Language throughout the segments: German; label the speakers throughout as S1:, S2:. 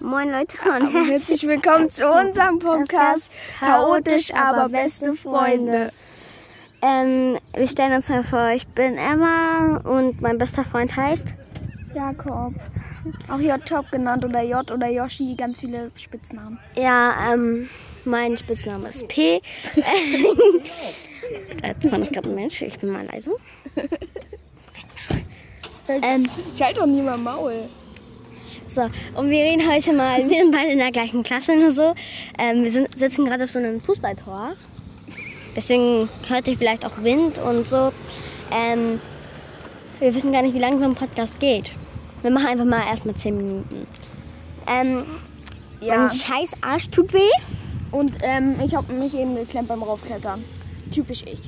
S1: Moin Leute und
S2: Aber herzlich willkommen zu unserem Podcast Chaotisch, aber beste Freunde.
S1: Ähm, wir stellen uns mal vor, ich bin Emma und mein bester Freund heißt.
S2: Jakob. Auch J-Top genannt oder J oder Yoshi, ganz viele Spitznamen.
S1: Ja, ähm, mein Spitzname ist P. Äh, Davon ist gerade ein Mensch, ich bin mal leise. Ähm,
S2: Ich halte doch nie mal Maul.
S1: So, und wir reden heute mal, wir sind beide in der gleichen Klasse nur so. Ähm, wir sind, sitzen gerade schon im Fußballtor. Deswegen hört ihr vielleicht auch Wind und so. Ähm, wir wissen gar nicht, wie lange so ein Podcast geht. Wir machen einfach mal erstmal 10 Minuten. Ähm,
S2: Ja.
S1: Mein scheiß Arsch tut weh.
S2: Und ähm, ich habe mich eben geklemmt beim Raufklettern. Typisch ich.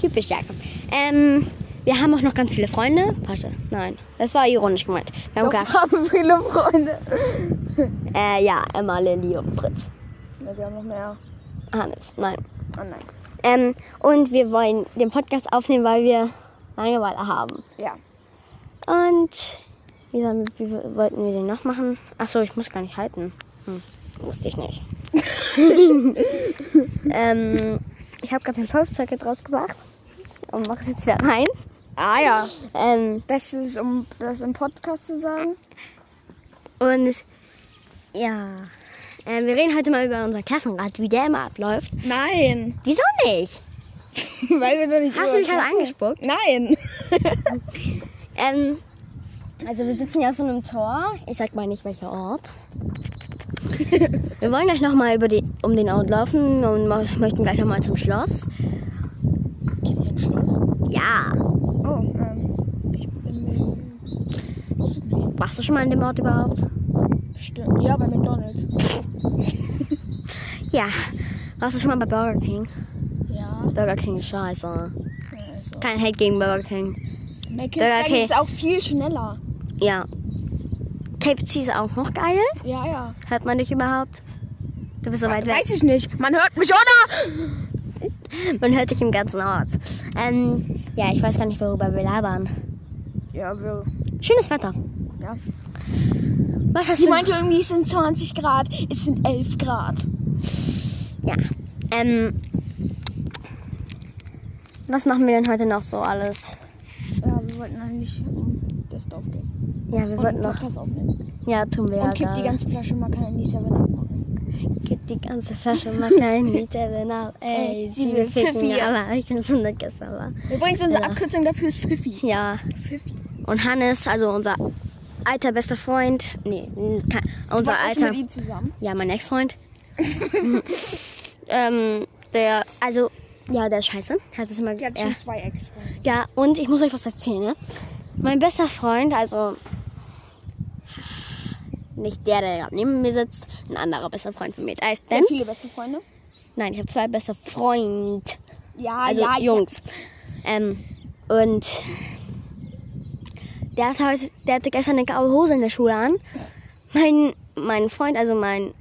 S1: Typisch Jakob. Ähm, wir haben auch noch ganz viele Freunde. Warte, nein, das war ironisch gemeint. Wir haben
S2: Doch,
S1: gar,
S2: haben viele Freunde.
S1: äh, ja, Emma, Lilly und Fritz.
S2: Ja, wir haben noch mehr.
S1: Hannes, nein.
S2: Oh nein.
S1: Ähm, und wir wollen den Podcast aufnehmen, weil wir Langeweile haben.
S2: Ja.
S1: Und wie, sollen, wie wollten wir den noch machen? Achso, ich muss gar nicht halten. Hm, wusste ich nicht. ähm, ich habe gerade den Pulp Circuit rausgemacht und mache es jetzt wieder rein.
S2: Ah ja.
S1: Ähm,
S2: Bestes, um das im Podcast zu sagen.
S1: und es- ja, ähm, wir reden heute mal über unseren Klassenrat, wie der immer abläuft.
S2: Nein.
S1: Wieso nicht?
S2: Weil wir noch nicht
S1: Hast du mich gerade angespuckt?
S2: Nein.
S1: Ähm, also wir sitzen ja auf so einem Tor. Ich sag mal nicht welcher Ort. wir wollen gleich nochmal über die, um den Ort laufen und mo- möchten gleich nochmal zum Schloss.
S2: Gibt's hier ein Schloss?
S1: Ja.
S2: Oh, ähm. Ich bin. Wusste ich nicht.
S1: Warst du schon mal an dem Ort überhaupt?
S2: Stimmt. Ja, bei McDonalds.
S1: Ja. Warst du schon mal bei Burger King?
S2: Ja.
S1: Burger King ist scheiße.
S2: Also.
S1: Kein Hate gegen Burger King.
S2: McDonalds
S1: Okay.
S2: ist auch viel schneller.
S1: Ja. KFC ist auch noch geil.
S2: Ja, ja.
S1: Hört man dich überhaupt? Du bist so weit weg.
S2: Weiß ich nicht. Man hört mich, oder?
S1: Man hört dich im ganzen Ort. Ähm, ja, ich weiß gar nicht, worüber wir labern.
S2: Ja, wir.
S1: Schönes Wetter.
S2: Ja.
S1: Was hast
S2: Sie
S1: du?
S2: meinte irgendwie, es sind 20 Grad. Es sind 11 Grad.
S1: Ja. Ähm, was machen wir denn heute noch so alles?
S2: Ja, wir wollten eigentlich um das Dorf gehen.
S1: Ja, wir
S2: Und
S1: wollten
S2: einen
S1: noch.
S2: Podcast aufnehmen.
S1: Ja, tun wir ja.
S2: Und kipp die
S1: gerade.
S2: ganze Flasche Macarena in die Seven abmachen.
S1: kipp die ganze Flasche Macaroni Seven ab. Ey,
S2: Ey,
S1: sie
S2: sie
S1: will
S2: will
S1: ficken,
S2: Pfiffi.
S1: aber ich bin schon nicht gestern. Aber.
S2: Übrigens, unsere
S1: Ja.
S2: Abkürzung dafür ist Pfiffi.
S1: Ja.
S2: Pfiffi.
S1: Und Hannes, also unser alter bester Freund. Nee, kein, unser
S2: Was ist
S1: alter.
S2: mit ihm zusammen?
S1: Ja, mein Ex-Freund. ähm, der, also, ja, der ist scheiße. Hat es immer
S2: Die hat
S1: er-
S2: schon zwei Ex-Freunde.
S1: Ja, und ich muss euch was erzählen. Ne? Mein bester Freund, also nicht der, der gerade neben mir sitzt, ein anderer bester Freund von mir. Der heißt
S2: Sehr
S1: Dan.
S2: viele beste Freunde?
S1: Nein, ich habe zwei beste Freund,
S2: Ja,
S1: also
S2: Ah, ja,
S1: Jungs. Ähm, und der hatte, heute, der hatte gestern eine graue Hose in der Schule an. Mein, mein Freund, also mein,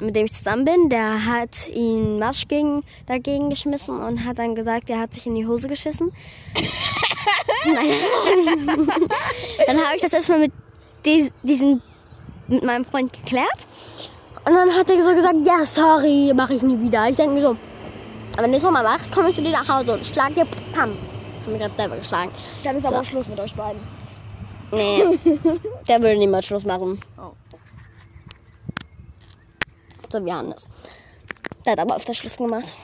S1: mit dem ich zusammen bin, der hat ihn Matsch gegen, dagegen geschmissen und hat dann gesagt, er hat sich in die Hose geschissen. dann habe ich das erstmal mit die- diesem, mit meinem Freund geklärt. Und dann hat er so gesagt, ja, sorry, mache ich nie wieder. Ich denke mir so, aber wenn du es nochmal machst, komme ich zu dir nach Hause und schlag dir, pam. Haben wir gerade selber geschlagen.
S2: ja. Dann ist aber auch Schluss mit euch beiden.
S1: Nee, der würde niemals Schluss machen.
S2: Oh.
S1: So wie Hannes. Der hat aber öfter Schluss gemacht.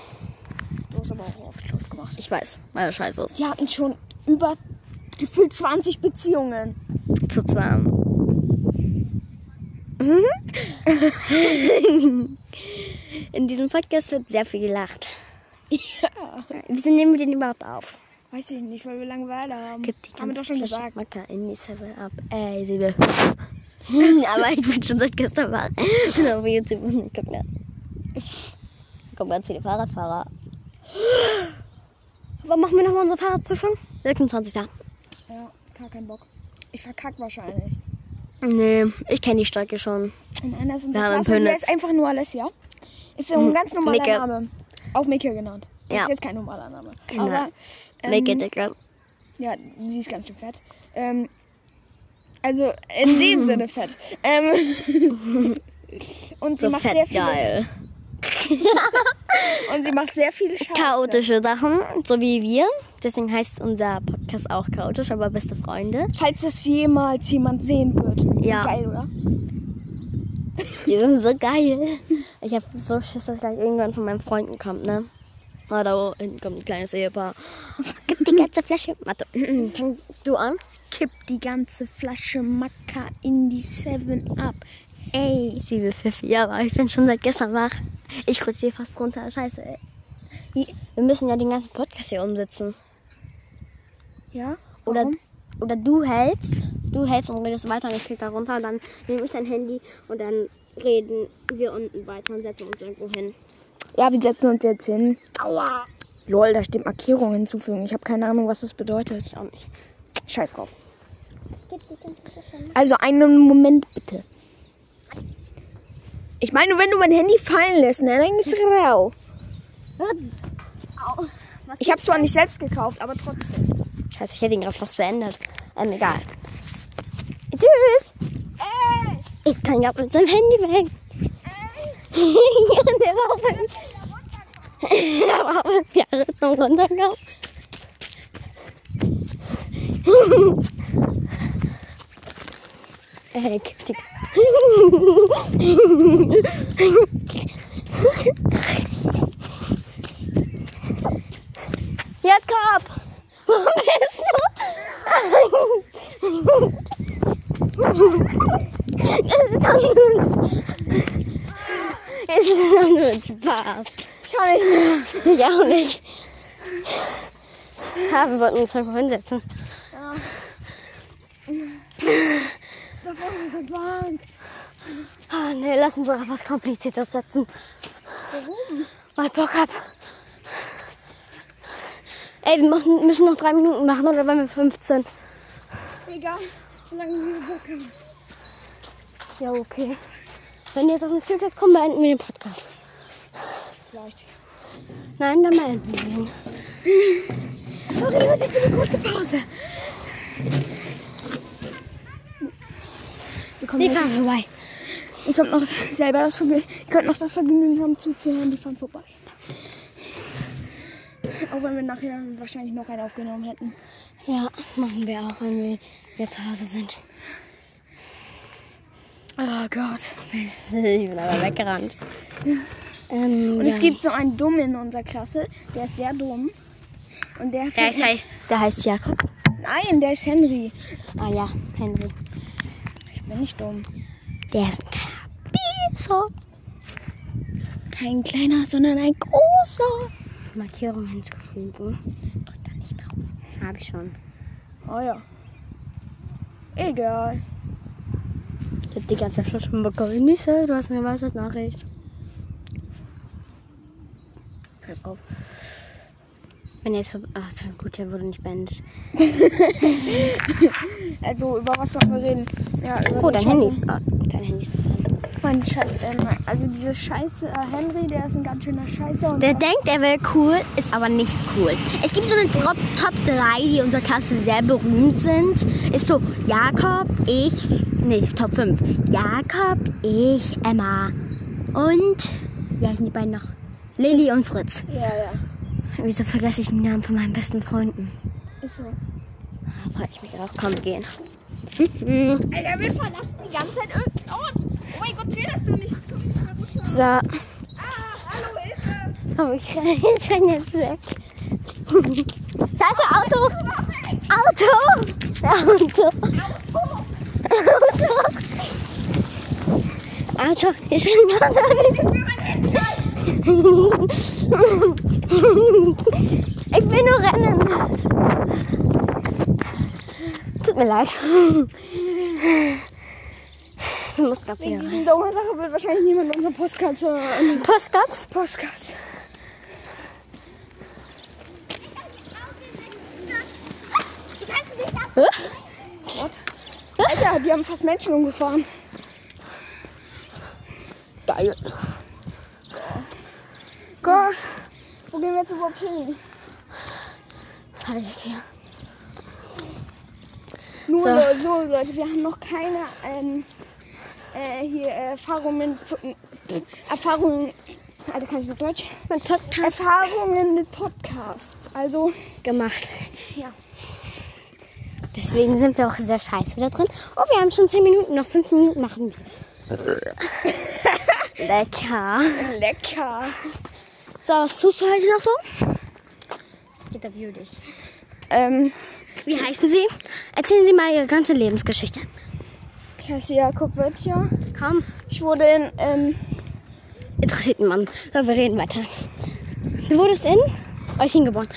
S2: Du hast aber auch oft Schluss gemacht.
S1: Ich weiß, weil er scheiße ist.
S2: Die hatten schon über gefühlt 20 Beziehungen.
S1: Zusammen. Mhm. In diesem Podcast wird sehr viel gelacht.
S2: Ja.
S1: Wieso nehmen wir den überhaupt auf?
S2: Weiß ich nicht, weil wir Langeweile haben.
S1: Gibt die
S2: haben wir
S1: ganze
S2: doch schon
S1: Flasche
S2: gesagt.
S1: Macker in die 7 ab. Ey, sie will. Aber ich bin schon seit gestern wach. Ich bin auf YouTube und ich guck nach. Da kommen ganz viele Fahrradfahrer. Wann machen wir nochmal unsere Fahrradprüfung? 26.
S2: Ja, gar keinen Bock. Ich verkack wahrscheinlich.
S1: Nee, ich kenne die Strecke schon.
S2: Und einer ist unser
S1: Wir haben in
S2: Klasse, und der
S1: Pönitz.
S2: ist einfach nur Alessia. Ist ja ein ganz normaler
S1: Hm, Micke.
S2: Name. Auch Micke genannt. Das
S1: Ja.
S2: ist jetzt kein normaler Name.
S1: Genau.
S2: Aber, ähm,
S1: Make it, Digga.
S2: Ja, sie ist ganz schön fett. Ähm, Also in dem Sinne fett. Ähm, und sie
S1: So
S2: macht
S1: fett
S2: sehr viele,
S1: geil.
S2: und sie macht sehr viele Scheiße.
S1: Chaotische Sachen, so wie wir. Deswegen heißt unser Podcast auch chaotisch, aber beste Freunde.
S2: Falls es jemals jemand sehen wird.
S1: Ja.
S2: Geil, oder?
S1: Die sind so geil. Ich hab so Schiss, dass gleich irgendwann von meinen Freunden kommt, ne? Ah, da hinten kommt ein kleines Ehepaar. Gib die ganze Flasche. Warte, fang du an.
S3: Kipp die ganze Flasche Macca in die 7 ab. Ey.
S1: Sie will Pfiffi, ja, aber ich bin schon seit gestern wach. Ich rutsche hier fast runter. Scheiße, ey. Ich- Wir müssen ja den ganzen Podcast hier umsetzen.
S2: Ja.
S1: Oder, oder du hältst, du hältst und redest weiter und ich klicke da runter und dann nehme ich dein Handy und dann reden wir unten weiter und setzen uns irgendwo hin.
S2: Ja, wir setzen uns jetzt hin.
S1: Aua!
S2: Lol, da steht Markierung hinzufügen. Ich habe keine Ahnung, was das bedeutet.
S1: Ich auch nicht.
S2: Scheiß drauf. Also einen Moment bitte. Ich meine, wenn du mein Handy fallen lässt, ne, dann gibt's Rau.
S1: Au. Was
S2: Ich habe zwar nicht selbst gekauft, aber trotzdem.
S1: Scheiße, ich hätte ihn gerade fast beendet. Ähm, egal.
S2: Tschüss.
S1: Ich kann gerade mit seinem Handy weg. der war auf einem, der war auf einem Jahre zum Runterkommen. Ey, kick dich. Jakob, wo bist du? Es ist doch nur, es ist doch nur ein Spaß. Ich auch nicht. Ja, wir wollten uns irgendwo hinsetzen. Ah, nee, lass uns doch was Kompliziertes setzen. Warum? Weil ich Bock hab. Ey, wir machen, müssen noch drei Minuten machen oder waren wir 15?
S2: Egal, solange wir Bock haben.
S1: Ja, okay. Wenn ihr jetzt auf den Spielplatz kommt, beenden wir den Podcast.
S2: Vielleicht.
S1: Nein, dann beenden wir ihn.
S2: Sie kommen
S1: Die
S2: jetzt,
S1: fahren vorbei.
S2: ihr könnt noch selber das Vergnügen, ihr könnt noch das Vergnügen haben zuzuhören, die fahren vorbei. Auch wenn wir nachher wahrscheinlich noch einen aufgenommen hätten.
S1: Ja, machen wir auch, wenn wir jetzt zu Hause sind.
S2: Oh Gott.
S1: Ich bin aber weggerannt. Ähm,
S2: Und
S1: ja.
S2: es gibt so einen Dummen in unserer Klasse, der ist sehr dumm. Und der,
S1: Der heißt, der heißt Jakob.
S2: Nein, der ist Henry.
S1: Ah ja, Henry.
S2: Ich bin nicht dumm.
S1: Der ist ein kleiner Biso.
S2: Kein kleiner, sondern ein großer.
S1: Markierung hinzufügen. Drück da nicht drauf. Hab ich schon.
S2: Oh ja. Egal.
S1: Ich hab die ganze Flasche bekommen. Nisse, du hast eine weiße Nachricht.
S2: Scheiß drauf.
S1: Wenn jetzt. Ach, so, gut, der wurde nicht beendet.
S2: Also, über was sollen wir reden? Ja, über
S1: Oh, dein
S2: den Scheiß-
S1: Handy. Ah, dein Handy ist.
S2: Mein Scheiß, ähm, also dieses Scheiße äh, Henry, der ist ein ganz schöner Scheißer. Und
S1: Der denkt, er wäre cool, ist aber nicht cool. Es gibt so eine Drop Top 3, die in unserer Klasse sehr berühmt sind. Ist so Jakob, ich, nee, Top 5. Jakob, ich, Emma und, wie heißen die beiden noch? Lilly und Fritz.
S2: ja, ja.
S1: Wieso vergesse ich den Namen von meinen besten Freunden?
S2: Ist so.
S1: Da frage ich mich auch. Komm, wir gehen. Mhm.
S2: Alter, wir verlassen die ganze Zeit irgendeinen Ort. Oh mein Gott, will das du nicht. Komm, ich mal runter.
S1: So,
S2: Ah, hallo, Hilfe.
S1: aber ich renn, ich renn jetzt weg. Scheiße, Auto! Auto! Auto!
S2: Auto.
S1: Auto. Auto, ich bin gerade an Ich will nur rennen. Tut mir leid. Ich muss ganz wieder
S2: Wegen
S1: rein.
S2: diesen dummen Sachen wird wahrscheinlich niemand unsere Postkarte äh, hören.
S1: Postkatz?
S2: Postkarte.
S1: Hä?
S2: Alter, die haben fast Menschen umgefahren.
S1: Geil.
S2: Gott, wo gehen wir jetzt überhaupt hin?
S1: Was habe ich hier?
S2: Nur
S1: So.
S2: so. so, Leute, wir haben noch keine ähm, äh, hier Erfahrungen, Erfahrungen, also kann ich noch Deutsch?
S1: Mein Podcast
S2: Erfahrungen mit Podcasts. Also,
S1: gemacht.
S2: ja.
S1: Deswegen sind wir auch sehr scheiße da drin. Oh, wir haben schon 10 Minuten. Noch 5 Minuten machen wir. Lecker.
S2: Lecker.
S1: So, was tust du heute noch so? Ich interview dich.
S2: Ähm,
S1: Wie heißen Sie? Erzählen Sie mal Ihre ganze Lebensgeschichte.
S2: Cassia Kokovetja.
S1: Komm,
S2: Ich wurde in, ähm,
S1: interessiert einen Mann. So, wir reden weiter. Du wurdest in Euching geboren.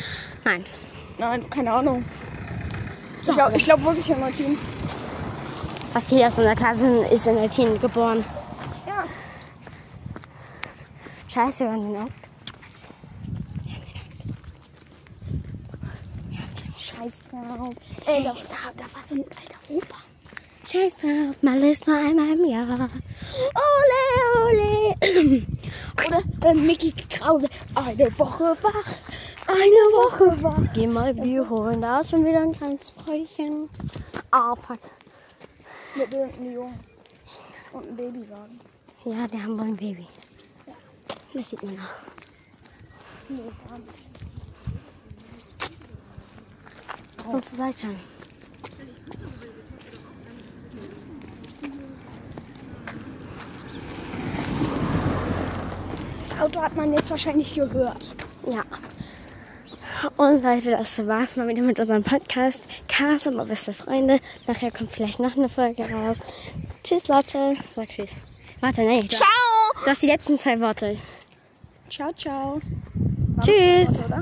S1: Nein.
S2: nein, keine Ahnung. Ich glaube ich glaub wirklich in Martin.
S1: Fast jeder aus unserer Klasse ist in Euching geboren.
S2: Ja.
S1: Scheiße, wir haben den auch.
S2: Scheiß drauf.
S1: Ey, da, da war so ein alter Opa. Scheiß drauf, mal ist nur einmal im Jahr. Ole, ole.
S2: Oder, oder ähm, Mickey Krause. Eine Woche wach. Eine Woche wach.
S1: Geh mal Bier holen, da ist schon wieder ein kleines Fräulchen. Ah, fuck.
S2: Mit irgendeinem Jungen. Und einem Babywagen.
S1: Ja, die haben wohl ein Baby. Das sieht man noch.
S2: Nee, gar nicht.
S1: Komm zur Seite.
S2: Das Auto hat man jetzt wahrscheinlich gehört.
S1: Ja. Und Leute, das war's mal wieder mit unserem Podcast. Cars und beste Freunde. Nachher kommt vielleicht noch eine Folge raus. Tschüss, Leute. Sag tschüss. Warte, nee. Ciao. Du hast die letzten zwei Worte.
S2: Ciao, ciao.
S1: Tschüss.
S2: Oder?